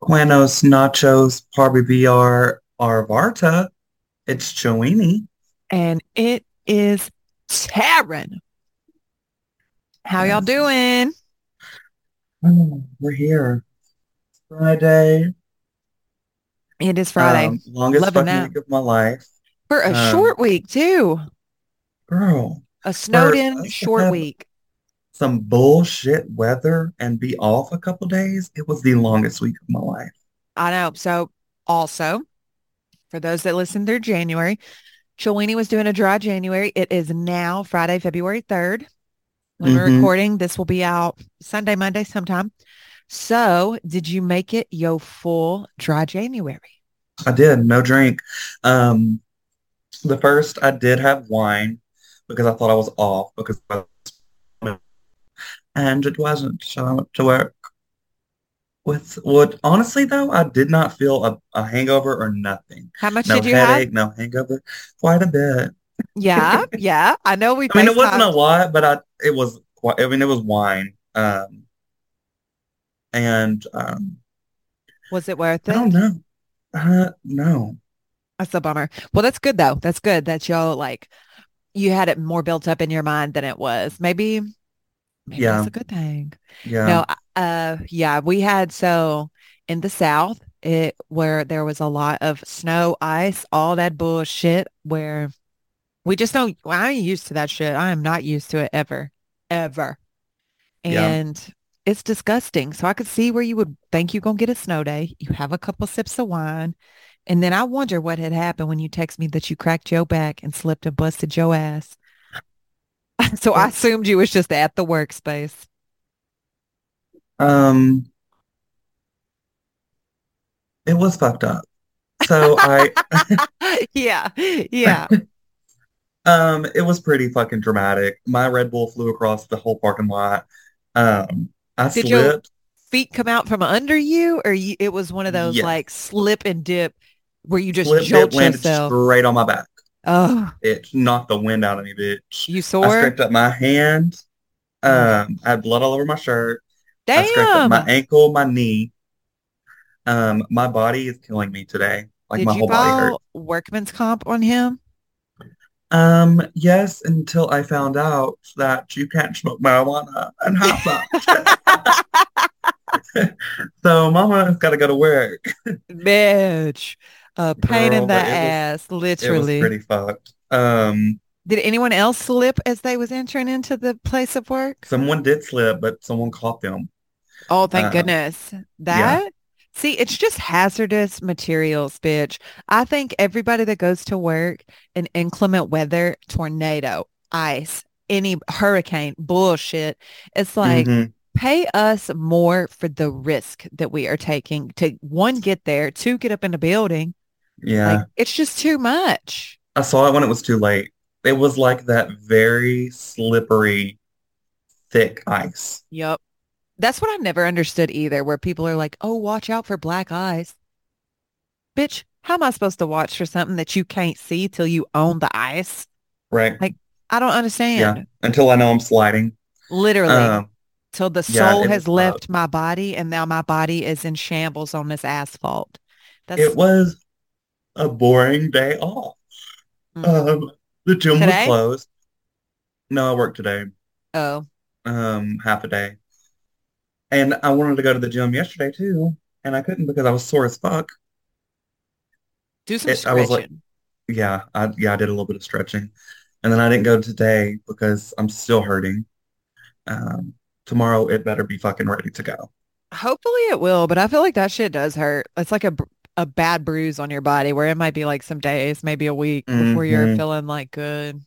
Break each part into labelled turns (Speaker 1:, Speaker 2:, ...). Speaker 1: Buenos nachos parbibiar arvarta. It's Joanie.
Speaker 2: and it is Taryn. How y'all
Speaker 1: Yes.
Speaker 2: doing? Mm.
Speaker 1: Oh, we're here. Friday.
Speaker 2: It is Friday
Speaker 1: Um, longest
Speaker 2: Loving
Speaker 1: fucking
Speaker 2: that.
Speaker 1: week of my life.
Speaker 2: for a
Speaker 1: um,
Speaker 2: short week too.
Speaker 1: Girl,
Speaker 2: A snowed in
Speaker 1: us to
Speaker 2: short
Speaker 1: have-
Speaker 2: week.
Speaker 1: some bullshit weather and be off a couple days. It was the longest week of my life.
Speaker 2: I know. So also for those that listened through January, Chelini was doing a dry January. It is now Friday, February 3rd. When we're
Speaker 1: Mhm.
Speaker 2: recording, this will be out Sunday, Monday sometime. So did you make it your full dry January?
Speaker 1: I did, no drink. Um, the first I did have wine because I thought I was off because I was, and it wasn't. So I went to work with what honestly though, I did not feel a, a hangover or nothing.
Speaker 2: How much
Speaker 1: No
Speaker 2: did you
Speaker 1: headache, no hangover. Quite a bit.
Speaker 2: have? Yeah. Yeah. I know we
Speaker 1: I mean, it wasn't
Speaker 2: FaceTimed.
Speaker 1: a lot, but I it was quite. I mean, it was wine. Um, and um,
Speaker 2: Was it worth
Speaker 1: I
Speaker 2: it?
Speaker 1: don't know. Uh, no,
Speaker 2: That's a bummer. Well, that's good though. That's good that y'all like you had it more built up in your mind than it was. Maybe, maybe
Speaker 1: Yeah.
Speaker 2: that's a good thing.
Speaker 1: yeah,
Speaker 2: No, I- uh, yeah, we had so in the South, it where there was a lot of snow, ice, all that bullshit. Where we just don't. well, I ain't used to that shit. I am not used to it ever, ever,
Speaker 1: Yeah.
Speaker 2: and. It's disgusting. So I could see where you would think you're going to get a snow day. You have a couple sips of wine. And then I wonder what had happened when you text me that you cracked your back and slipped and busted your ass. So I assumed you was just at the workspace.
Speaker 1: Um, it was fucked up. So I,
Speaker 2: yeah. Yeah.
Speaker 1: um, it was pretty fucking dramatic. My Red Bull flew across the whole parking lot. Um, I
Speaker 2: Did you-
Speaker 1: slipped.
Speaker 2: Feet come out from under you or you, it was one of those
Speaker 1: Yes.
Speaker 2: like slip and dip where you just
Speaker 1: slipped,
Speaker 2: jolt
Speaker 1: it landed
Speaker 2: yourself.
Speaker 1: straight on my back.
Speaker 2: Oh,
Speaker 1: It knocked the wind out of me, bitch.
Speaker 2: you
Speaker 1: I
Speaker 2: sore?
Speaker 1: scraped up my hand.
Speaker 2: Mm.
Speaker 1: Um, I had blood all over my shirt. I scraped up
Speaker 2: Damn.
Speaker 1: my ankle, my knee. Um, my body is killing me today. Like
Speaker 2: Did
Speaker 1: my
Speaker 2: you
Speaker 1: whole body hurts.
Speaker 2: file workman's comp on him?
Speaker 1: Um, yes, until I found out that you can't smoke marijuana and have that. so mama's got to go to work.
Speaker 2: Bitch. A pain
Speaker 1: Girl,
Speaker 2: in the
Speaker 1: but it was-
Speaker 2: ass,
Speaker 1: It was
Speaker 2: literally.
Speaker 1: pretty fucked. Um,
Speaker 2: Did anyone else slip as they was entering into the place of work?
Speaker 1: someone did slip, but someone caught them.
Speaker 2: Oh, thank
Speaker 1: Uh,
Speaker 2: goodness. That see, it's just hazardous materials, bitch. I think everybody that goes to work in inclement weather, tornado, ice, any hurricane, bullshit, it's like
Speaker 1: Mhm.
Speaker 2: pay us more for the risk that we are taking to one, get there, two, get up in the building.
Speaker 1: Yeah.
Speaker 2: Like it's just too much.
Speaker 1: I saw it when it was too late. It was like that very slippery, thick ice.
Speaker 2: Yep. That's what I never understood either, where people are like, oh, watch out for black eyes. Bitch, how am I supposed to watch for something that you can't see till you own the ice?
Speaker 1: Right.
Speaker 2: I don't understand.
Speaker 1: Yeah. Until I know I'm sliding.
Speaker 2: Literally,
Speaker 1: Um,
Speaker 2: till the
Speaker 1: yeah,
Speaker 2: soul
Speaker 1: it
Speaker 2: has
Speaker 1: was rough.
Speaker 2: left my body and now my body is in shambles on this asphalt. That's
Speaker 1: it was a boring day off.
Speaker 2: Mm.
Speaker 1: Um, the gym was
Speaker 2: Today?
Speaker 1: closed. No, I worked today,
Speaker 2: oh,
Speaker 1: um, half a day. And I wanted to go to the gym yesterday too, and I couldn't because I was sore as fuck.
Speaker 2: do some
Speaker 1: It- I was
Speaker 2: stretching.
Speaker 1: like- Yeah, I yeah, I did a little bit of stretching. And then I didn't go today because I'm still hurting. Um, tomorrow it better be fucking ready to go.
Speaker 2: Hopefully it will, but I feel like that shit does hurt. It's like a br- a bad bruise on your body where it might be like some days, maybe a week before you're
Speaker 1: Mhm.
Speaker 2: feeling like good.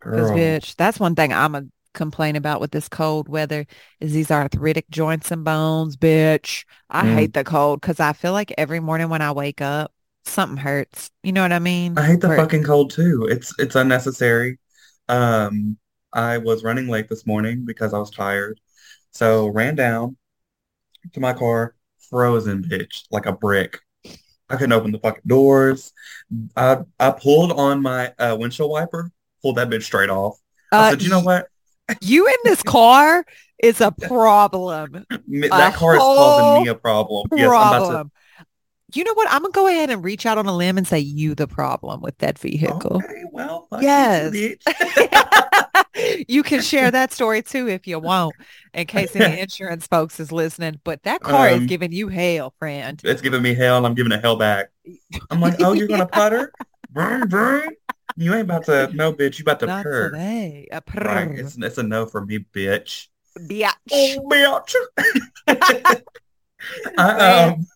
Speaker 2: Because
Speaker 1: Girl.
Speaker 2: bitch, that's one thing I'm a complain about with this cold weather is these arthritic joints and bones, bitch. I
Speaker 1: Mm.
Speaker 2: hate the cold because I feel like every morning when I wake up, something hurts. You know what I mean?
Speaker 1: I hate the
Speaker 2: Where-
Speaker 1: fucking cold too. It's it's unnecessary. Um, I was running late this morning because I was tired. So ran down to my car, frozen bitch, like a brick. I couldn't open the fucking doors. I I pulled on my uh, windshield wiper, pulled that bitch straight off. I
Speaker 2: Uh,
Speaker 1: said, you know
Speaker 2: y-
Speaker 1: what?
Speaker 2: you in this car is a problem.
Speaker 1: M- that car is causing me a problem. Yes, I'm about
Speaker 2: problem. You know what? I'm gonna go ahead and reach out on a limb and say you the problem with that
Speaker 1: to.
Speaker 2: vehicle.
Speaker 1: Okay, well, fuck
Speaker 2: Yes.
Speaker 1: You, bitch.
Speaker 2: you can share that story too if you want, in case any insurance folks is listening. But that car is
Speaker 1: Um,
Speaker 2: giving you hell, friend.
Speaker 1: it's giving me hell, and I'm giving it hell back. I'm like, oh, you're gonna putter? Vroom, vroom. You ain't about to. No, bitch. You about to
Speaker 2: Not
Speaker 1: purr.
Speaker 2: today. A purr.
Speaker 1: Right. It's, it's a no for me, bitch.
Speaker 2: Biatch.
Speaker 1: Oh, bitch. I, um,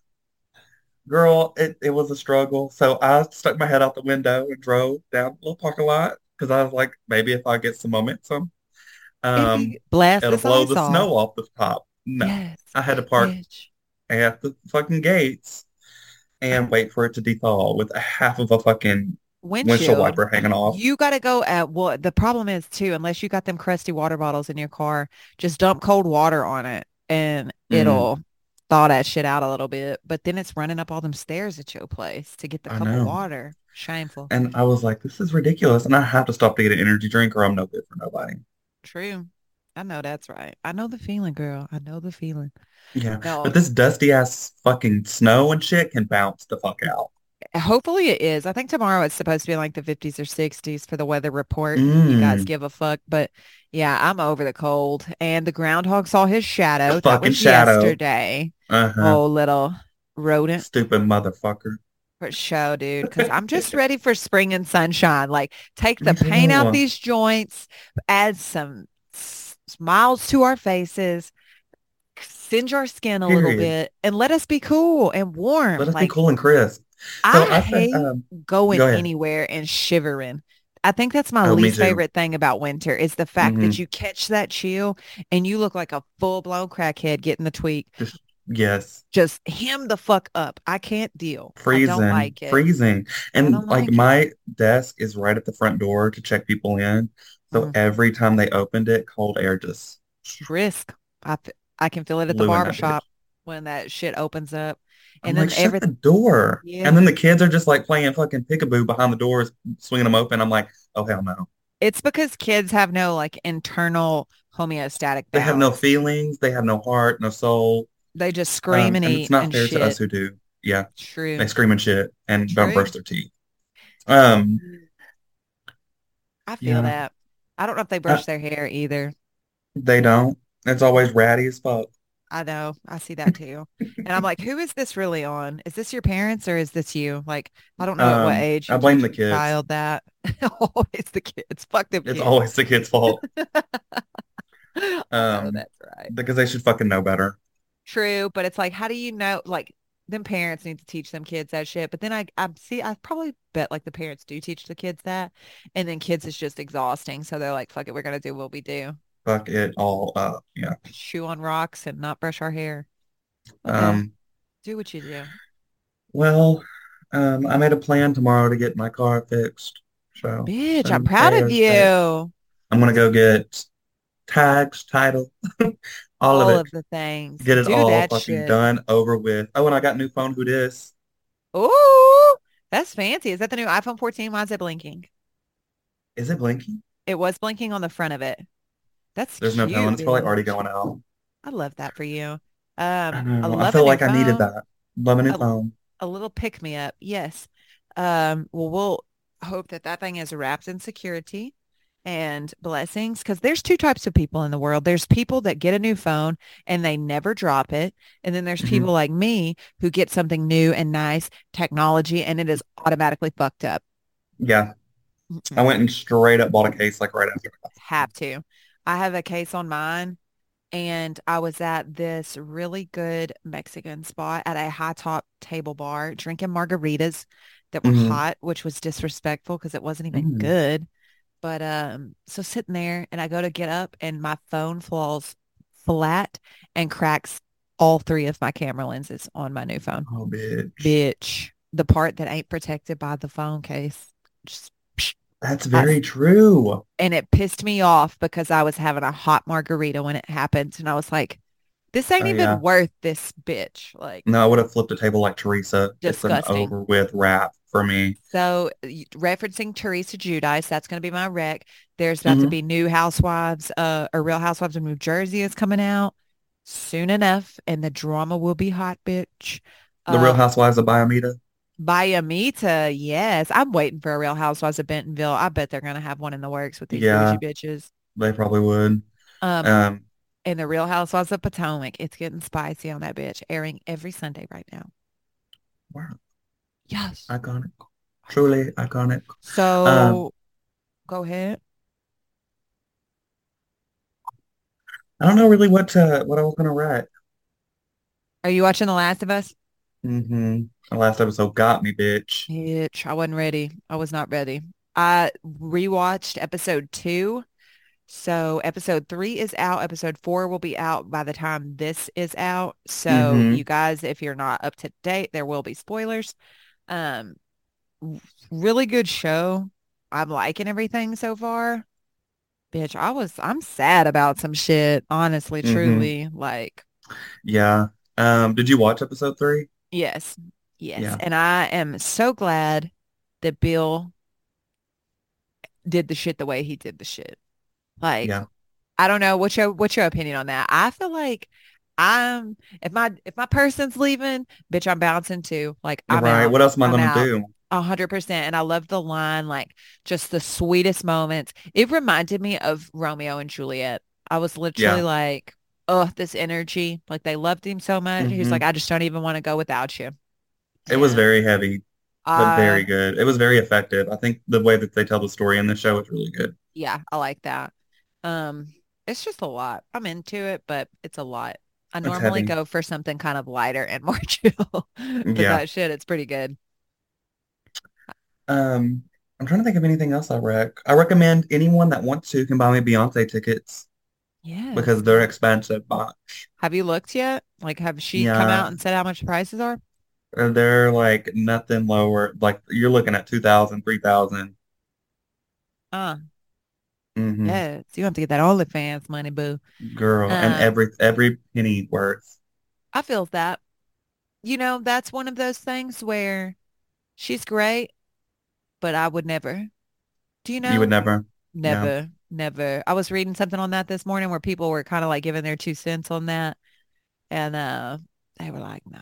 Speaker 1: girl, it, it was a struggle. So I stuck my head out the window and drove down the little parking lot because I was like, maybe if I get some momentum, um,
Speaker 2: Blast
Speaker 1: it'll
Speaker 2: the
Speaker 1: blow
Speaker 2: lights
Speaker 1: the
Speaker 2: off.
Speaker 1: snow off the top. No,
Speaker 2: Yes,
Speaker 1: I had to park
Speaker 2: bitch.
Speaker 1: at the fucking gates and wait for it to thaw with a half of a fucking
Speaker 2: Windshield.
Speaker 1: windshield wiper hanging off.
Speaker 2: You got to go at well, the problem is too, unless you got them crusty water bottles in your car, just dump cold water on it and
Speaker 1: Mm.
Speaker 2: it'll thaw that shit out a little bit. But then it's running up all them stairs at your place to get the
Speaker 1: I
Speaker 2: cup
Speaker 1: know.
Speaker 2: of water. Shameful.
Speaker 1: And I was like, this is ridiculous. And I have to stop to get an energy drink or I'm no good for nobody.
Speaker 2: True. I know that's right. I know the feeling, girl. I know the feeling.
Speaker 1: Yeah.
Speaker 2: No,
Speaker 1: But this dusty ass fucking snow and shit can bounce the fuck out.
Speaker 2: hopefully it is. I think tomorrow it's supposed to be in, like the 50s or 60s for the weather report. you guys
Speaker 1: Mm,
Speaker 2: give a fuck. But yeah, I'm over the cold. And the groundhog saw his shadow.
Speaker 1: The
Speaker 2: that
Speaker 1: fucking
Speaker 2: was
Speaker 1: shadow.
Speaker 2: yesterday.
Speaker 1: uh-huh.
Speaker 2: Oh, little rodent
Speaker 1: Stupid motherfucker.
Speaker 2: for show, dude. Because I'm just ready for spring and sunshine. Like, take the pain
Speaker 1: Yeah.
Speaker 2: out these joints, add some s- smiles to our faces, singe our skin a little
Speaker 1: Period.
Speaker 2: bit, and let us be cool and warm.
Speaker 1: Let us be
Speaker 2: like,
Speaker 1: cool and crisp. So
Speaker 2: I,
Speaker 1: I
Speaker 2: hate
Speaker 1: think um,
Speaker 2: going
Speaker 1: Go ahead.
Speaker 2: anywhere and shivering. I think that's my
Speaker 1: Oh, me
Speaker 2: least
Speaker 1: too. Mm-hmm.
Speaker 2: favorite thing about winter is the fact that you catch that chill and you look like a full blown crackhead getting the tweak.
Speaker 1: yes,
Speaker 2: Just him the fuck up. I can't deal.
Speaker 1: freezing,
Speaker 2: I don't like it.
Speaker 1: freezing. And
Speaker 2: don't
Speaker 1: like
Speaker 2: like it.
Speaker 1: my desk is right at the front door to check people in. So
Speaker 2: Mm.
Speaker 1: every time they opened it, cold air just
Speaker 2: Risk. I, f- I can feel it at the
Speaker 1: Blew in that bitch.
Speaker 2: barbershop when that shit opens up.
Speaker 1: I'm
Speaker 2: And
Speaker 1: like,
Speaker 2: then
Speaker 1: shut
Speaker 2: every
Speaker 1: the door.
Speaker 2: Yeah.
Speaker 1: And then the kids are just like playing fucking peekaboo behind the doors, swinging them open. I'm like, oh hell no.
Speaker 2: it's because kids have no like internal homeostatic
Speaker 1: They have no
Speaker 2: balance.
Speaker 1: feelings. They have no heart, no soul.
Speaker 2: They just
Speaker 1: Um,
Speaker 2: scream
Speaker 1: and
Speaker 2: and eat
Speaker 1: it's not
Speaker 2: and
Speaker 1: fair
Speaker 2: shit.
Speaker 1: to us who do. Yeah.
Speaker 2: True.
Speaker 1: They scream and shit and don't
Speaker 2: True.
Speaker 1: brush their teeth. Um,
Speaker 2: I feel
Speaker 1: Yeah. Uh,
Speaker 2: that. I don't know if they brush their hair either.
Speaker 1: they don't. It's always ratty as fuck.
Speaker 2: I know. I see that too. And I'm like, who is this really on? Is this your parents or is this you? Like, I don't know at what
Speaker 1: Um,
Speaker 2: age.
Speaker 1: I
Speaker 2: you
Speaker 1: blame
Speaker 2: teach
Speaker 1: the
Speaker 2: your
Speaker 1: kids.
Speaker 2: Child that. always the kids. Fuck them
Speaker 1: It's
Speaker 2: kids.
Speaker 1: always the kid's fault
Speaker 2: I know
Speaker 1: um,
Speaker 2: that's right.
Speaker 1: because they should fucking know better.
Speaker 2: True. But it's like, how do you know? Like, them parents need to teach them kids that shit. But then I, I see, I probably bet like the parents do teach the kids that. And then kids is just exhausting. So they're like, fuck it. We're going to do what we do.
Speaker 1: Fuck it all up. Yeah.
Speaker 2: Chew on rocks and not brush our hair. Okay.
Speaker 1: Um,
Speaker 2: Do what you do.
Speaker 1: well, um, I made a plan tomorrow to get my car fixed. So
Speaker 2: Bitch,
Speaker 1: Some
Speaker 2: I'm proud of
Speaker 1: prayers,
Speaker 2: you.
Speaker 1: bitch. I'm gonna go get tags, title, all, of it.
Speaker 2: the things.
Speaker 1: get it
Speaker 2: Do
Speaker 1: all
Speaker 2: that
Speaker 1: fucking
Speaker 2: shit.
Speaker 1: done over with. Oh, and I got new phone. Who dis?
Speaker 2: Ooh, that's fancy. Is that the new iPhone 14? Why is it blinking?
Speaker 1: Is it blinking?
Speaker 2: It was blinking on the front of it. That's
Speaker 1: There's no
Speaker 2: cute,
Speaker 1: phone. It's probably
Speaker 2: bitch.
Speaker 1: already going out.
Speaker 2: I love that for you. Um,
Speaker 1: I
Speaker 2: I,
Speaker 1: know.
Speaker 2: love
Speaker 1: I
Speaker 2: a
Speaker 1: feel
Speaker 2: new
Speaker 1: like I needed
Speaker 2: phone,
Speaker 1: that. Love a new
Speaker 2: I-
Speaker 1: phone.
Speaker 2: A little pick me up. Yes. Um, well, we'll hope that that thing is wrapped in security and blessings because there's two types of people in the world. There's people that get a new phone and they never drop it. And then there's
Speaker 1: Mhm.
Speaker 2: people like me who get something new and nice technology and it is automatically fucked up.
Speaker 1: Yeah, I went and straight up bought a case like right after.
Speaker 2: have to. I have a case on mine and I was at this really good Mexican spot at a high top table bar drinking margaritas that were
Speaker 1: Mhm.
Speaker 2: hot, which was disrespectful because it wasn't even
Speaker 1: Mm.
Speaker 2: good. But um, so sitting there and I go to get up and my phone falls flat and cracks all three of my camera lenses on my new phone.
Speaker 1: Oh, bitch.
Speaker 2: Bitch, the part that ain't protected by the phone case just
Speaker 1: That's very true.
Speaker 2: and it pissed me off because I was having a hot margarita when it happened. And I was like, This ain't
Speaker 1: Oh,
Speaker 2: even
Speaker 1: yeah.
Speaker 2: worth this bitch. Like,
Speaker 1: No, I would have flipped a table like Teresa. It's an
Speaker 2: Disgusting.
Speaker 1: over with wrap for me.
Speaker 2: so y- referencing Teresa Judice, that's going to be my rec. There's about to
Speaker 1: Mhm.
Speaker 2: be new Housewives, uh, or Real Housewives of New Jersey is coming out soon enough, and the drama will be hot, bitch.
Speaker 1: The
Speaker 2: Um,
Speaker 1: Real Housewives of Biomeda.
Speaker 2: By Amita, yes. I'm waiting for a Real Housewives of Bentonville. I bet they're going to have one in the works with these
Speaker 1: Yeah.
Speaker 2: bougie bitches.
Speaker 1: They probably would.
Speaker 2: Um,
Speaker 1: Um,
Speaker 2: and the Real Housewives of Potomac. It's getting spicy on that bitch. Airing every Sunday right now.
Speaker 1: wow,
Speaker 2: Yes.
Speaker 1: iconic. Truly iconic.
Speaker 2: So go ahead.
Speaker 1: I don't know really what to what I was gonna write.
Speaker 2: Are you watching The Last of Us?
Speaker 1: hmm The last episode got me, bitch.
Speaker 2: Bitch, I wasn't ready. I was not ready. I rewatched episode two. So episode three is out. Episode four will be out by the time this is out. So
Speaker 1: Mhm.
Speaker 2: you guys, if you're not up to date, there will be spoilers. Um, w- really good show. I'm liking everything so far. Bitch, I was, I'm sad about some shit, honestly,
Speaker 1: Mhm.
Speaker 2: truly. Like,
Speaker 1: Yeah. Um, did you watch episode three?
Speaker 2: Yes. Yes.
Speaker 1: Yeah.
Speaker 2: And I am so glad that Bill did the shit the way he did the shit. Like,
Speaker 1: Yeah.
Speaker 2: I don't know. What's your what's your opinion on that? I feel like I'm if my if my person's leaving, bitch, I'm bouncing too. Like I'm
Speaker 1: right.
Speaker 2: out
Speaker 1: What else am I
Speaker 2: I'm
Speaker 1: gonna
Speaker 2: out.
Speaker 1: do?
Speaker 2: a hundred percent. And I love the line, like just the sweetest moments. It reminded me of Romeo and Juliet. I was literally like, oh, this energy. Like they loved him so much. He was
Speaker 1: Mhm.
Speaker 2: like, I just don't even want to go without you.
Speaker 1: It was
Speaker 2: Yeah.
Speaker 1: very heavy, but very
Speaker 2: Uh,
Speaker 1: good. It was very effective. I think the way that they tell the story in the show is really good.
Speaker 2: yeah, I like that. Um, it's just a lot. I'm into it, but it's a lot. I
Speaker 1: It's heavy.
Speaker 2: normally go for something kind of lighter and more chill. but
Speaker 1: Yeah.
Speaker 2: that shit, it's pretty good.
Speaker 1: Um, I'm trying to think of anything else I rec. I recommend anyone that wants to can buy me Beyonce tickets
Speaker 2: Yeah.
Speaker 1: because they're expensive, but
Speaker 2: have you looked yet? Like, have she come
Speaker 1: Yeah.
Speaker 2: out and said how much the prices are?
Speaker 1: they're like nothing lower. Like you're looking at 2,000, 3,000.
Speaker 2: Uh,
Speaker 1: Mhm.
Speaker 2: Yes, you have to get that OnlyFans money, boo.
Speaker 1: Girl, and
Speaker 2: Um,
Speaker 1: every every penny worth.
Speaker 2: I feel that. You know, that's one of those things where she's great, but I would never. Do you know?
Speaker 1: You would never. yeah.
Speaker 2: never, never. I was reading something on that this morning where people were kind of like giving their two cents on that, and uh, they were like, "No,"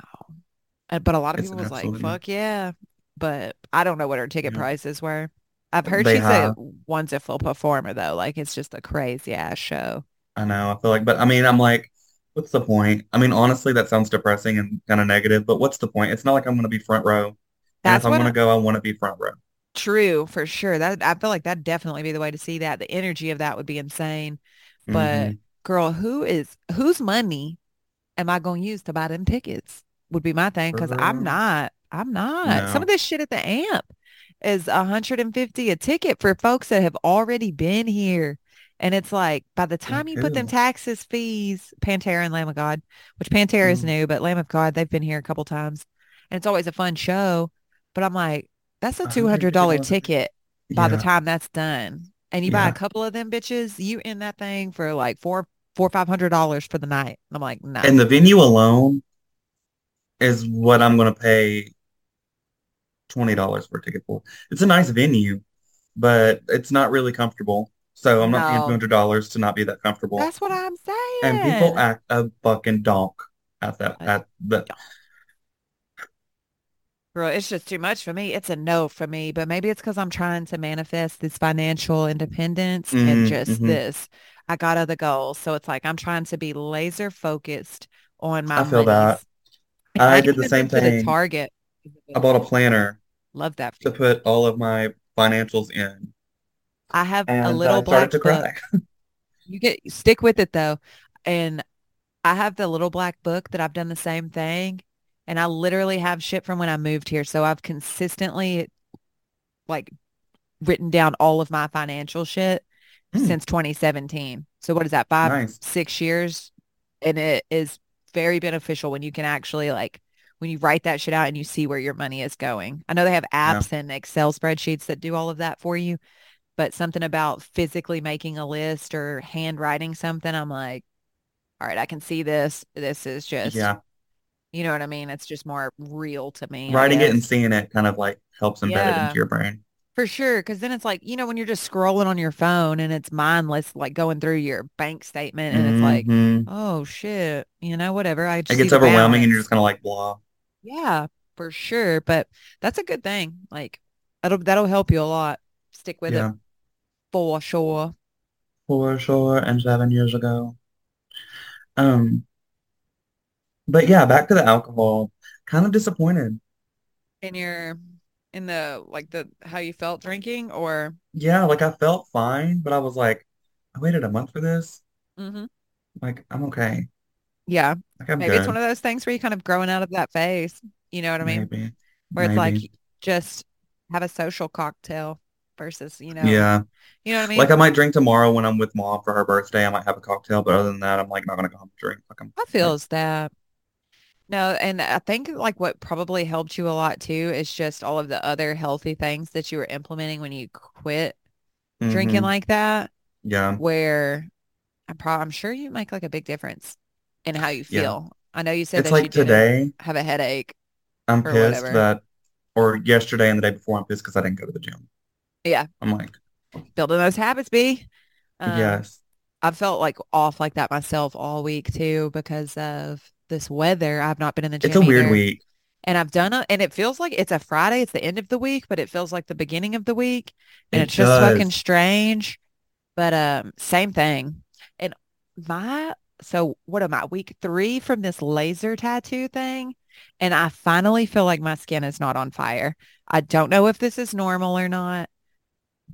Speaker 2: Uh, but a lot of
Speaker 1: It's
Speaker 2: people was like,
Speaker 1: absolutely-
Speaker 2: "Fuck yeah," but I don't know what her ticket
Speaker 1: Yeah.
Speaker 2: prices were. I've heard
Speaker 1: They
Speaker 2: she's
Speaker 1: have.
Speaker 2: a wonderful performer though. Like it's just a crazy ass show.
Speaker 1: I know. I feel like, but I mean, I'm like, what's the point? I mean, honestly, that sounds depressing and kind of negative, but what's the point? It's not like I'm going to be front row. And
Speaker 2: That's
Speaker 1: if I'm
Speaker 2: what
Speaker 1: going
Speaker 2: I-
Speaker 1: to go, I want to be front row.
Speaker 2: True, for sure. That I feel like that'd definitely be the way to see that. The energy of that would be insane. But
Speaker 1: Mhm.
Speaker 2: girl, who is whose money am I gonna use to buy them tickets? Would be my thing because I'm
Speaker 1: Girl.
Speaker 2: not. I'm not. Some
Speaker 1: No.
Speaker 2: of this shit at the amp is 150 a ticket for folks that have already been here. And it's like by the time you put them
Speaker 1: too.
Speaker 2: taxes, fees, Pantera and Lamb of God, which Pantera is
Speaker 1: Mm.
Speaker 2: new, but Lamb of God, they've been here a couple times. And it's always a fun show. But I'm like, that's a
Speaker 1: $150
Speaker 2: $200 ticket by the
Speaker 1: Yeah.
Speaker 2: time that's done. And you buy a
Speaker 1: Yeah.
Speaker 2: couple of them bitches, you in that thing for like four, four, five hundred dollars for the night. And I'm like, no.
Speaker 1: And the venue alone is what I'm going to pay $20 for a ticket for. It's a nice venue, but it's not really comfortable. So I'm not paying
Speaker 2: No.
Speaker 1: $200 to not be that comfortable.
Speaker 2: that's what I'm saying.
Speaker 1: and people act a fucking donk at that
Speaker 2: Like,
Speaker 1: at the
Speaker 2: Girl, it's just too much for me. It's a no for me, but maybe it's because I'm trying to manifest this financial independence and
Speaker 1: Mhm,
Speaker 2: just
Speaker 1: mhm.
Speaker 2: this. I got other goals. So it's like I'm trying to be laser focused on my
Speaker 1: I feel
Speaker 2: monies.
Speaker 1: that.
Speaker 2: And
Speaker 1: I
Speaker 2: I've
Speaker 1: did the
Speaker 2: even
Speaker 1: same
Speaker 2: been to the
Speaker 1: thing.
Speaker 2: Target.
Speaker 1: I bought a planner
Speaker 2: Love that.
Speaker 1: to put all of my financials in,
Speaker 2: I have a
Speaker 1: and
Speaker 2: little
Speaker 1: I started
Speaker 2: black
Speaker 1: to
Speaker 2: book.
Speaker 1: cry.
Speaker 2: You get stick with it though. And I have the little black book that I've done the same thing. And I literally have shit from when I moved here. So I've consistently like written down all of my financial shit
Speaker 1: Hmm.
Speaker 2: since 2017. So what is that? Five,
Speaker 1: Nice.
Speaker 2: six years. And it is very beneficial when you can actually like when you write that shit out and you see where your money is going. I know they have
Speaker 1: Yeah.
Speaker 2: apps and Excel spreadsheets that do all of that for you, but something about physically making a list or handwriting something, I'm like, all right, I can see this. This is just,
Speaker 1: yeah.
Speaker 2: you know what I mean? It's just more real to me. I
Speaker 1: Writing it and
Speaker 2: guess.
Speaker 1: seeing it kind of like helps embed it
Speaker 2: Yeah.
Speaker 1: into your brain.
Speaker 2: For sure, because then it's like, you know, when you're just scrolling on your phone and it's mindless, like going through your bank statement and it's like,
Speaker 1: Mhm.
Speaker 2: oh shit, you know, whatever. I
Speaker 1: it
Speaker 2: just see
Speaker 1: gets
Speaker 2: the
Speaker 1: overwhelming and you're
Speaker 2: balance.
Speaker 1: just kind of like, blah.
Speaker 2: Yeah, for sure. But that's a good thing. Like that'll that'll help you a lot. Stick with it
Speaker 1: Yeah,
Speaker 2: for sure.
Speaker 1: for sure. And seven years ago. Um, but yeah, back to the alcohol. Kind of disappointed.
Speaker 2: In your in the like the how you felt drinking or
Speaker 1: Yeah, like I felt fine, but I was like, I waited a month for this.
Speaker 2: Mhm.
Speaker 1: Like, I'm okay.
Speaker 2: yeah.
Speaker 1: Like, I'm
Speaker 2: Maybe it's one
Speaker 1: good.
Speaker 2: of those things where you're kind of growing out of that phase. You know what I mean?
Speaker 1: Maybe.
Speaker 2: Where it's like
Speaker 1: Maybe.
Speaker 2: just have a social cocktail versus, you know,
Speaker 1: Yeah.
Speaker 2: you know what I mean?
Speaker 1: Like I might drink tomorrow when I'm with mom for her birthday. I might have a cocktail, but other than that, I'm like not gonna go home and drink. Like I'm
Speaker 2: I feel is that. No, and I think like what probably helped you a lot too is just all of the other healthy things that you were implementing when you quit drinking
Speaker 1: mhm,
Speaker 2: like that,
Speaker 1: yeah,
Speaker 2: where I'm probably I'm sure you make like a big difference in how you
Speaker 1: Yeah.
Speaker 2: feel. I know you said
Speaker 1: it's
Speaker 2: that you
Speaker 1: like
Speaker 2: didn't
Speaker 1: today
Speaker 2: have a headache.
Speaker 1: I'm
Speaker 2: or
Speaker 1: pissed
Speaker 2: whatever.
Speaker 1: that, or yesterday and the day before I'm pissed because I didn't go to the gym.
Speaker 2: Yeah,
Speaker 1: I'm like,
Speaker 2: building those habits, B. Um,
Speaker 1: yes,
Speaker 2: I felt like off like that myself all week too because of this weather. I've not been in the gym
Speaker 1: it's a weird
Speaker 2: either.
Speaker 1: week.
Speaker 2: And I've done it, and it feels like it's a Friday. It's the end of the week, but it feels like the beginning of the week. And
Speaker 1: It
Speaker 2: it's just fucking
Speaker 1: does.
Speaker 2: strange. But um, same thing. And my, so what am I, week three from this laser tattoo thing? And I finally feel like my skin is not on fire. I don't know if this is normal or not,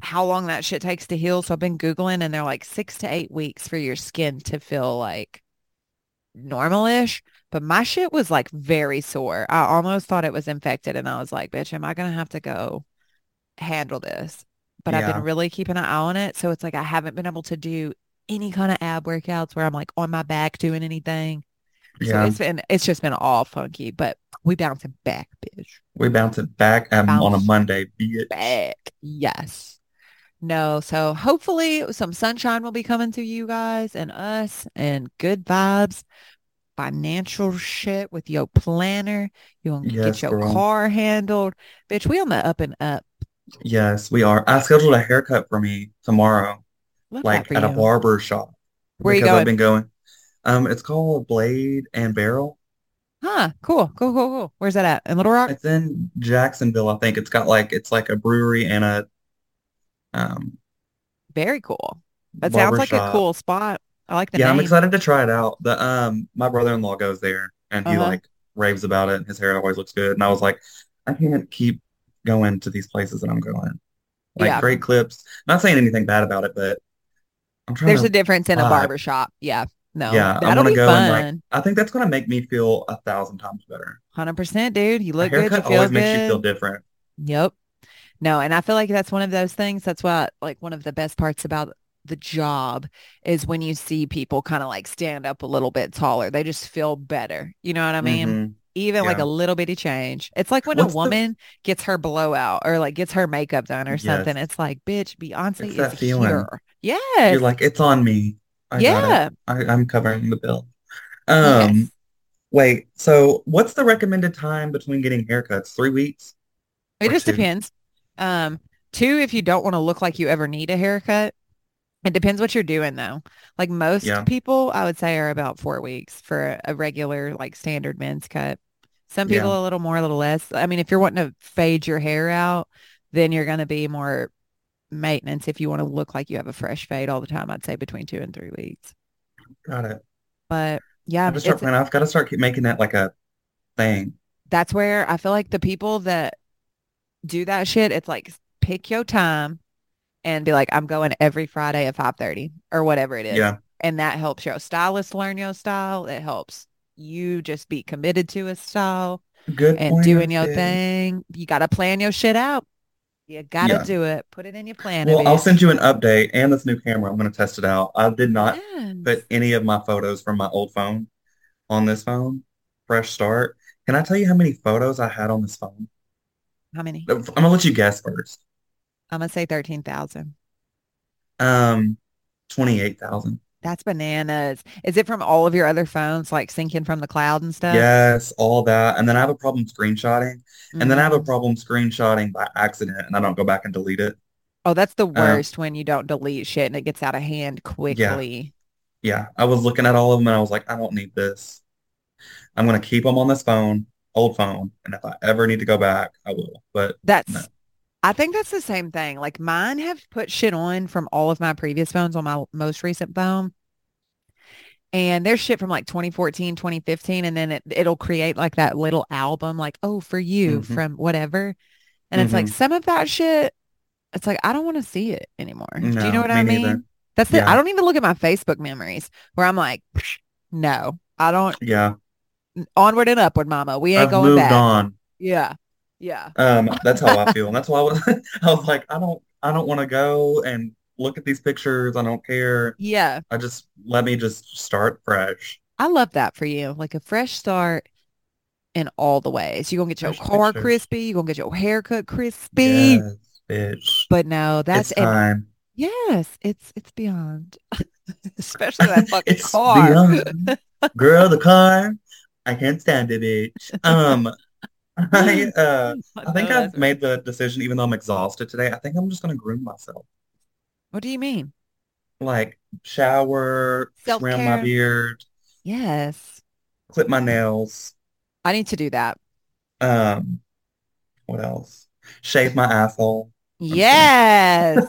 Speaker 2: how long that shit takes to heal. So I've been Googling and they're like six to eight weeks for your skin to feel like normal-ish, but my shit was like very sore. I almost thought it was infected and I was like, bitch, am I gonna have to go handle this? But I've been
Speaker 1: Yeah.
Speaker 2: really keeping an eye on it. So it's like I haven't been able to do any kind of ab workouts where I'm like on my back doing anything. So
Speaker 1: Yeah,
Speaker 2: it's been it's just been all funky, but we bouncing back, bitch.
Speaker 1: we bounce it back um, on a
Speaker 2: Bounce.
Speaker 1: Monday, bitch.
Speaker 2: Back. Yes. No. So hopefully some sunshine will be coming to you guys and us and good vibes. financial shit with your planner. You gonna get
Speaker 1: Yes,
Speaker 2: your
Speaker 1: girl.
Speaker 2: car handled. Bitch, we on the up and up.
Speaker 1: Yes, we are. I scheduled a haircut for me tomorrow,
Speaker 2: Love that
Speaker 1: like
Speaker 2: for
Speaker 1: at a
Speaker 2: you.
Speaker 1: barber shop
Speaker 2: Where you
Speaker 1: because I've
Speaker 2: going?
Speaker 1: been going. Um, it's called Blade and Barrel.
Speaker 2: Huh. Cool. Cool. Cool. Cool. Where's that at? In Little Rock?
Speaker 1: It's in Jacksonville, I think. It's got like it's like a brewery and a um
Speaker 2: Very cool. That sounds
Speaker 1: barber
Speaker 2: like a
Speaker 1: shop.
Speaker 2: cool spot. I like the
Speaker 1: Yeah, I'm
Speaker 2: name.
Speaker 1: excited to try it out. The um my brother-in-law goes there and he
Speaker 2: Uh-huh.
Speaker 1: like raves about it. His hair always looks good. And I was like, I can't keep going to these places that I'm going. Like
Speaker 2: Yeah.
Speaker 1: great clips. Not saying anything bad about it, but I'm trying
Speaker 2: There's a
Speaker 1: to
Speaker 2: difference in a
Speaker 1: vibe.
Speaker 2: barber shop. Yeah. No.
Speaker 1: Yeah, I
Speaker 2: That'll
Speaker 1: want to
Speaker 2: be
Speaker 1: go and like
Speaker 2: fun.
Speaker 1: I think that's gonna make me feel a thousand times better.
Speaker 2: 100%, dude. You
Speaker 1: A
Speaker 2: look good. You
Speaker 1: haircut
Speaker 2: feel
Speaker 1: always makes you feel
Speaker 2: good.
Speaker 1: different.
Speaker 2: Yep. No, and I feel like that's one of those things. That's why, like, one of the best parts about the job is when you see people kind of like stand up a little bit taller. They just feel better. You know what I mean?
Speaker 1: Mm-hmm.
Speaker 2: Even like a
Speaker 1: Yeah.
Speaker 2: little bitty change. It's like when a
Speaker 1: What's the
Speaker 2: woman gets her blowout or like gets her makeup done or something.
Speaker 1: yes,
Speaker 2: It's like, bitch, Beyonce
Speaker 1: it's
Speaker 2: is
Speaker 1: that feeling.
Speaker 2: here.
Speaker 1: You're
Speaker 2: Yes.
Speaker 1: like, it's on me. I got it.
Speaker 2: Yeah.
Speaker 1: I, I'm covering the bill. Um,
Speaker 2: Yes.
Speaker 1: wait, so what's the recommended time between getting haircuts? Three weeks
Speaker 2: It
Speaker 1: or
Speaker 2: just
Speaker 1: two?
Speaker 2: depends. Um, two, if you don't want to look like you ever need a haircut. It depends what you're doing though. Like most
Speaker 1: Yeah.
Speaker 2: people, I would say are about four weeks for a regular, like standard men's cut. Some people
Speaker 1: Yeah.
Speaker 2: a little more, a little less. I mean, if you're wanting to fade your hair out, then you're going to be more maintenance. If you want to look like you have a fresh fade all the time, I'd say between two and three weeks.
Speaker 1: Got it.
Speaker 2: But
Speaker 1: I
Speaker 2: yeah,
Speaker 1: just start
Speaker 2: it's,
Speaker 1: planning. I've got to start keep making that like a thing.
Speaker 2: that's where I feel like the people that do that shit, it's like pick your time. and be like, I'm going every Friday at 5:30 or whatever it is.
Speaker 1: Yeah.
Speaker 2: And that helps your stylist learn your style. It helps you just be committed to a style
Speaker 1: Good
Speaker 2: and
Speaker 1: pointer,
Speaker 2: doing your
Speaker 1: sis.
Speaker 2: thing. You got to plan your shit out. You got to
Speaker 1: Yeah.
Speaker 2: do it. Put it in your planner,
Speaker 1: Well, I'll send
Speaker 2: bitch.
Speaker 1: you an update and this new camera. I'm going to test it out. I did not put
Speaker 2: Yes.
Speaker 1: any of my photos from my old phone on this phone. Fresh start. Can I tell you how many photos I had on this phone?
Speaker 2: How many?
Speaker 1: I'm going to let you guess first.
Speaker 2: I'm going to say 13,000.
Speaker 1: Um, 28,000.
Speaker 2: That's bananas. Is it from all of your other phones, like syncing from the cloud and stuff?
Speaker 1: Yes, all that. And then I have a problem screenshotting. And then I have a
Speaker 2: Mhm.
Speaker 1: problem screenshotting by accident and I don't go back and delete it.
Speaker 2: Oh, that's
Speaker 1: Um,
Speaker 2: the worst when you don't delete shit and it gets out of hand quickly.
Speaker 1: Yeah, I was looking at all of them and I was like, I don't need this. I'm going to keep them on this phone, old phone. And if I ever need to go back, I will. But
Speaker 2: That's,
Speaker 1: No.
Speaker 2: I think that's the same thing. Like mine have put shit on from all of my previous phones on my most recent phone. And there's shit from like 2014, 2015. And then it, it'll create like that little album, like, oh, for you
Speaker 1: Mhm.
Speaker 2: from whatever. And it's like
Speaker 1: Mhm.
Speaker 2: some of that shit, it's like, I don't want to see it anymore. Do you know
Speaker 1: No,
Speaker 2: what I
Speaker 1: me
Speaker 2: mean?
Speaker 1: neither.
Speaker 2: That's the, I
Speaker 1: Yeah.
Speaker 2: don't even look at my Facebook memories where I'm like, no, I don't,
Speaker 1: yeah,
Speaker 2: onward and upward, mama. We ain't
Speaker 1: I've
Speaker 2: going
Speaker 1: moved
Speaker 2: back.
Speaker 1: on.
Speaker 2: Yeah. Yeah.
Speaker 1: Um, that's how I feel. And that's why I was, I was like, I don't, I don't want to go and look at these pictures. I don't care.
Speaker 2: Yeah.
Speaker 1: I just, let me just start fresh.
Speaker 2: I love that for you. Like a fresh start in all the ways. You're going to get your
Speaker 1: Fresh
Speaker 2: car
Speaker 1: pictures.
Speaker 2: crispy. You're going to get your haircut crispy.
Speaker 1: Yes, bitch.
Speaker 2: But no, that's
Speaker 1: it's
Speaker 2: and
Speaker 1: time.
Speaker 2: yes, it's it's beyond. Especially that fucking
Speaker 1: It's
Speaker 2: car.
Speaker 1: beyond. Girl, the car. I can't stand it, bitch. Um, I, uh, I think
Speaker 2: No,
Speaker 1: I've
Speaker 2: that's-
Speaker 1: made the decision, even though I'm exhausted today, I think I'm just gonna groom myself.
Speaker 2: What do you mean?
Speaker 1: Like shower, trim my
Speaker 2: Self-care.
Speaker 1: beard,
Speaker 2: Yes.
Speaker 1: clip my nails,
Speaker 2: I need to do that.
Speaker 1: um, what else? Shave my asshole. kidding.
Speaker 2: Yes.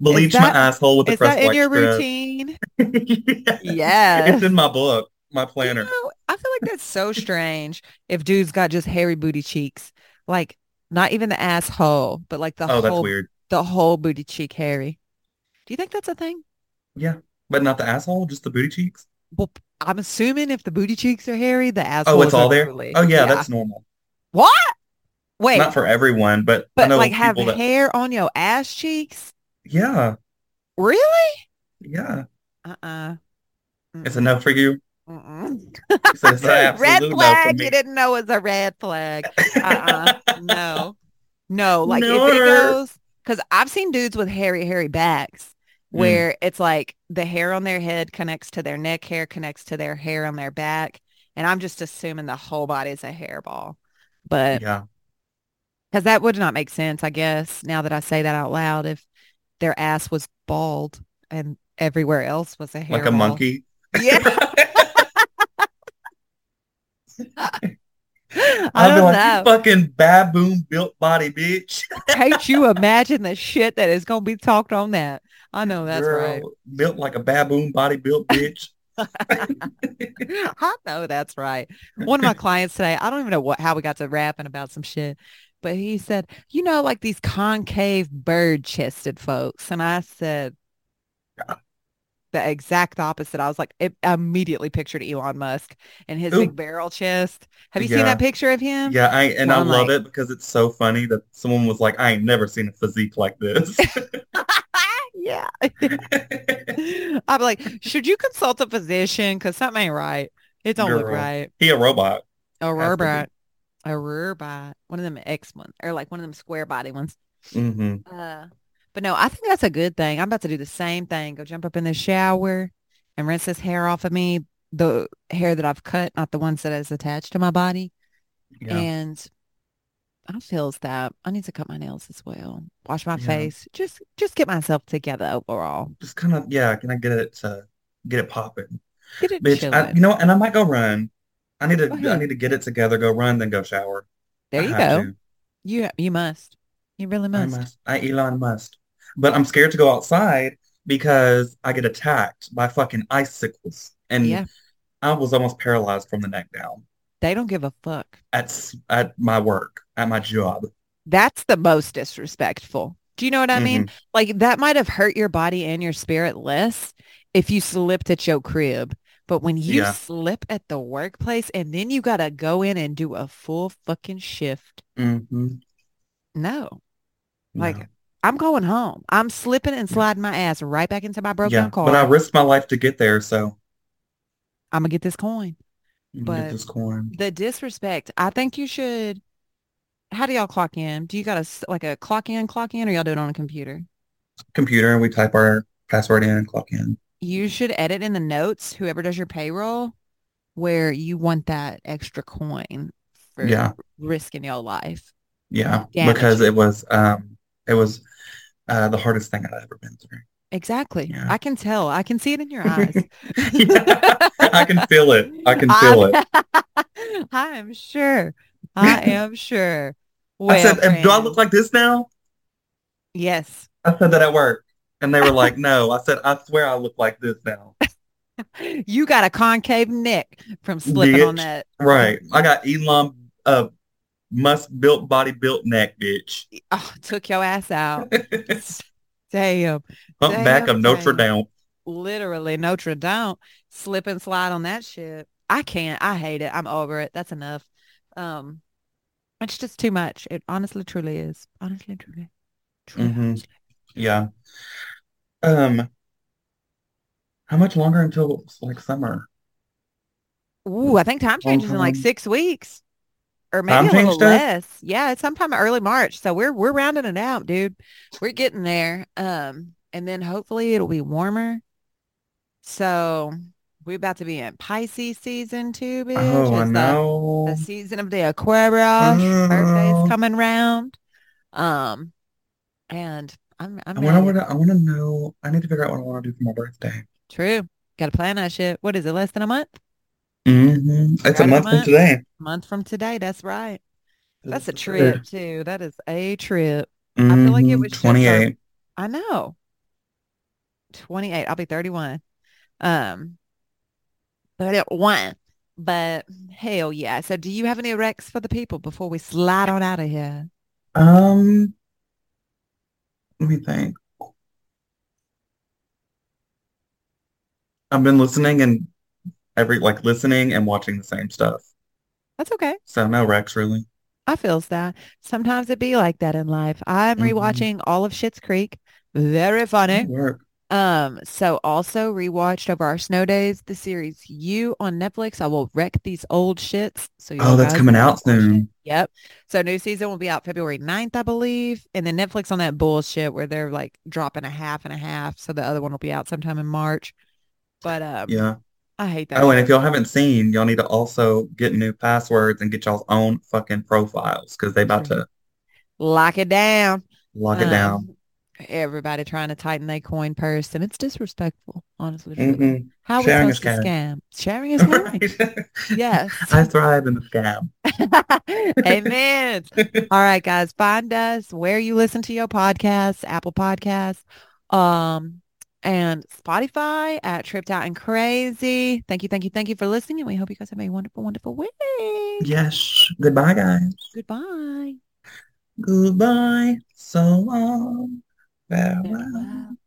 Speaker 1: Bleach
Speaker 2: that-
Speaker 1: my asshole with a
Speaker 2: Is that
Speaker 1: Crest
Speaker 2: in
Speaker 1: White
Speaker 2: your
Speaker 1: strip.
Speaker 2: routine?
Speaker 1: Yes.
Speaker 2: Yes.
Speaker 1: It's in my book, my
Speaker 2: You
Speaker 1: planner.
Speaker 2: know, I feel like that's so strange if dudes got just hairy booty cheeks. Like not even the asshole, but like the
Speaker 1: Oh, that's
Speaker 2: whole
Speaker 1: weird.
Speaker 2: the whole booty cheek hairy. Do you think that's a thing?
Speaker 1: Yeah. But not the asshole, just the booty cheeks.
Speaker 2: Well, p- I'm assuming if the booty cheeks are hairy, the asshole
Speaker 1: Oh, it's
Speaker 2: is
Speaker 1: all there?
Speaker 2: overly-
Speaker 1: Oh yeah, that's normal.
Speaker 2: what? Wait,
Speaker 1: Not for everyone, but I
Speaker 2: but
Speaker 1: know
Speaker 2: like have
Speaker 1: people that
Speaker 2: hair on your ass cheeks?
Speaker 1: Yeah,
Speaker 2: Really?
Speaker 1: yeah.
Speaker 2: Uh-uh.
Speaker 1: It's a
Speaker 2: Mm-mm.
Speaker 1: no for you.
Speaker 2: Mm-mm.
Speaker 1: He said, "It's an
Speaker 2: red
Speaker 1: absolute no for
Speaker 2: flag. You
Speaker 1: me.
Speaker 2: didn't know it was a red flag. uh-uh no no like if it
Speaker 1: Nor-
Speaker 2: goes because i've seen dudes with hairy hairy backs
Speaker 1: Mm.
Speaker 2: where it's like the hair on their head connects to their neck hair connects to their hair on their back and i'm just assuming the whole body's a hairball but
Speaker 1: Yeah,
Speaker 2: because that would not make sense i guess now that i say that out loud if their ass was bald and everywhere else was a hairball
Speaker 1: like a monkey.
Speaker 2: yeah i
Speaker 1: I'd be
Speaker 2: don't
Speaker 1: like,
Speaker 2: know
Speaker 1: you fucking baboon built body, bitch.
Speaker 2: Can't you imagine the shit that is going to be talked on that? I know that's right.
Speaker 1: Girl, Built like a baboon body built bitch.
Speaker 2: I know that's right. One of my clients today, I don't even know what how we got to rapping about some shit, but he said, you know, like these concave bird chested folks. And I said the exact opposite. I was like, it, I immediately pictured Elon Musk and his
Speaker 1: Ooh.
Speaker 2: big barrel chest. Have you seen
Speaker 1: Yeah.
Speaker 2: that picture of him?
Speaker 1: Yeah, I and
Speaker 2: So
Speaker 1: I
Speaker 2: I'm
Speaker 1: love
Speaker 2: like-
Speaker 1: it because it's so funny that someone was like, I ain't never seen a physique like this.
Speaker 2: yeah. I'm like, should you consult a physician? Because something ain't right. It don't look
Speaker 1: Girl.
Speaker 2: right.
Speaker 1: he a robot.
Speaker 2: A
Speaker 1: Has to be.
Speaker 2: robot. A robot. One of them X ones or like one of them square body ones.
Speaker 1: hmm
Speaker 2: Uh, but no, I think that's a good thing. I'm about to do the same thing. Go jump up in the shower and rinse this hair off of me. The hair that I've cut, not the ones that is attached to my body.
Speaker 1: Yeah.
Speaker 2: And I feels that I need to cut my nails as well. Wash my
Speaker 1: Yeah.
Speaker 2: face. Just just get myself together overall.
Speaker 1: Just kind of yeah, can I get it to get it popping?
Speaker 2: Get it
Speaker 1: Bitch, I,
Speaker 2: chilling.
Speaker 1: you know, what? and I might go run. I need to
Speaker 2: Go
Speaker 1: I
Speaker 2: ahead.
Speaker 1: need to get it together, go run, then go shower.
Speaker 2: There
Speaker 1: I
Speaker 2: you
Speaker 1: have
Speaker 2: go.
Speaker 1: to.
Speaker 2: You you must. You really
Speaker 1: I
Speaker 2: must.
Speaker 1: must. I Elon must. But I'm scared to go outside because I get attacked by fucking icicles. And
Speaker 2: Yeah.
Speaker 1: I was almost paralyzed from the neck down
Speaker 2: They don't give a fuck.
Speaker 1: at s- at my work, at my job.
Speaker 2: That's the most disrespectful. Do you know what I mean?
Speaker 1: Mm-hmm.
Speaker 2: Like that might have hurt your body and your spirit less if you slipped at your crib. But when you
Speaker 1: Yeah.
Speaker 2: slip at the workplace and then you got to go in and do a full fucking shift.
Speaker 1: Mhm. Mhm.
Speaker 2: No, like
Speaker 1: Yeah.
Speaker 2: I'm going home. I'm slipping and
Speaker 1: Yeah.
Speaker 2: sliding my ass right back into my broken
Speaker 1: Yeah.
Speaker 2: down car.
Speaker 1: But I risked my life to get there, so
Speaker 2: I'm going to get this coin.
Speaker 1: you can
Speaker 2: But-
Speaker 1: get this corn.
Speaker 2: The disrespect. I think you should. How do y'all clock in? Do you got a like a clock in, clock in, or y'all do it on a computer?
Speaker 1: Computer, we type our password in, clock in.
Speaker 2: you should edit in the notes, whoever does your payroll, where you want that extra coin for
Speaker 1: Yeah.
Speaker 2: risking your life.
Speaker 1: Yeah,
Speaker 2: Damage.
Speaker 1: because it was um it was uh the hardest thing I've ever been through.
Speaker 2: Exactly.
Speaker 1: Yeah.
Speaker 2: I can tell. I can see it in your eyes.
Speaker 1: Yeah, I can feel it. I can feel it.
Speaker 2: it. I am sure. I am sure. Well,
Speaker 1: I said, "And do I look
Speaker 2: friends,
Speaker 1: like this now?
Speaker 2: Yes.
Speaker 1: I said that at work. And they were like, no. I said, I swear I look like this now.
Speaker 2: You got a concave neck from slipping on
Speaker 1: Bitch.
Speaker 2: that.
Speaker 1: Right. I got Elon uh must built body built neck, bitch.
Speaker 2: Oh, took your ass out. Damn.
Speaker 1: Hump back of
Speaker 2: Damn,
Speaker 1: Notre Dame.
Speaker 2: James. Literally Notre Dame. Slip and slide on that shit. I can't. I hate it. I'm over it. That's enough. Um, it's just too much. It honestly truly is. Honestly, truly. Truly,
Speaker 1: Mhm.
Speaker 2: honestly.
Speaker 1: Yeah. Um how much longer until like summer?
Speaker 2: Ooh, I think time changes in like
Speaker 1: time.
Speaker 2: six weeks or
Speaker 1: Mm-hmm. Time
Speaker 2: maybe a little
Speaker 1: change does?
Speaker 2: less. Yeah, it's sometime early March. So we're we're rounding it out, dude. We're getting there. Um, and then hopefully it'll be warmer. So we're about to be in Pisces season too, bitch.
Speaker 1: Oh, I
Speaker 2: It's the-
Speaker 1: know.
Speaker 2: The, season of the Aquarius.
Speaker 1: Oh.
Speaker 2: Birthday's coming round. Um, and I'm I'm
Speaker 1: I uh, wanna,
Speaker 2: ready.
Speaker 1: wanna I wanna know I need to figure out what I wanna do for my birthday.
Speaker 2: True. Gotta plan that shit. What is it? Less than a month?
Speaker 1: hmm It's
Speaker 2: Right
Speaker 1: a month from
Speaker 2: month.
Speaker 1: today.
Speaker 2: Month from today. That's right. That's a
Speaker 1: Mhm.
Speaker 2: trip too. That is a trip. feel like it
Speaker 1: Mhm.
Speaker 2: was just our-
Speaker 1: 28.
Speaker 2: I know. 28. I'll be 31. Um, but it won. But hell yeah. So do you have any recs for the people before we slide on out of here?
Speaker 1: Um, let me think. I've been listening and every like listening and watching the same stuff.
Speaker 2: That's okay.
Speaker 1: So no Rex really.
Speaker 2: I feels that. Sometimes it be like that in life. I'm
Speaker 1: Mhm.
Speaker 2: rewatching all of Shits Creek. Very
Speaker 1: Good
Speaker 2: funny.
Speaker 1: work.
Speaker 2: Um, so also rewatched over our snow days, the series You on Netflix. I will wreck these old shits. So
Speaker 1: Oh,
Speaker 2: y'all
Speaker 1: that's
Speaker 2: guys
Speaker 1: coming
Speaker 2: can
Speaker 1: out
Speaker 2: watch it.
Speaker 1: soon.
Speaker 2: Yep. So new season will be out February 9th, I believe. And then Netflix on that bullshit where they're like dropping a half and a half. So the other one will be out sometime in March. But um,
Speaker 1: Yeah.
Speaker 2: I hate that.
Speaker 1: Oh, and
Speaker 2: shit.
Speaker 1: if y'all haven't seen, y'all need to also get new passwords and get y'all's own fucking profiles because they about to
Speaker 2: Lock it down.
Speaker 1: lock it down.
Speaker 2: Um, Everybody trying to tighten their coin purse. And it's disrespectful, honestly.
Speaker 1: hmm
Speaker 2: How
Speaker 1: Sharing
Speaker 2: we
Speaker 1: is
Speaker 2: supposed to scam? Sharing is caring.
Speaker 1: Right.
Speaker 2: Yes.
Speaker 1: I thrive in the scam.
Speaker 2: Amen. All right, guys. Find us where you listen to your podcasts, Apple Podcasts, um, and Spotify at Tripped Out and Crazy. Thank you, thank you, thank you for listening. And we hope you guys have a wonderful, wonderful week.
Speaker 1: Yes. Goodbye, guys.
Speaker 2: Goodbye.
Speaker 1: Goodbye. So long. Farewell.
Speaker 2: Farewell.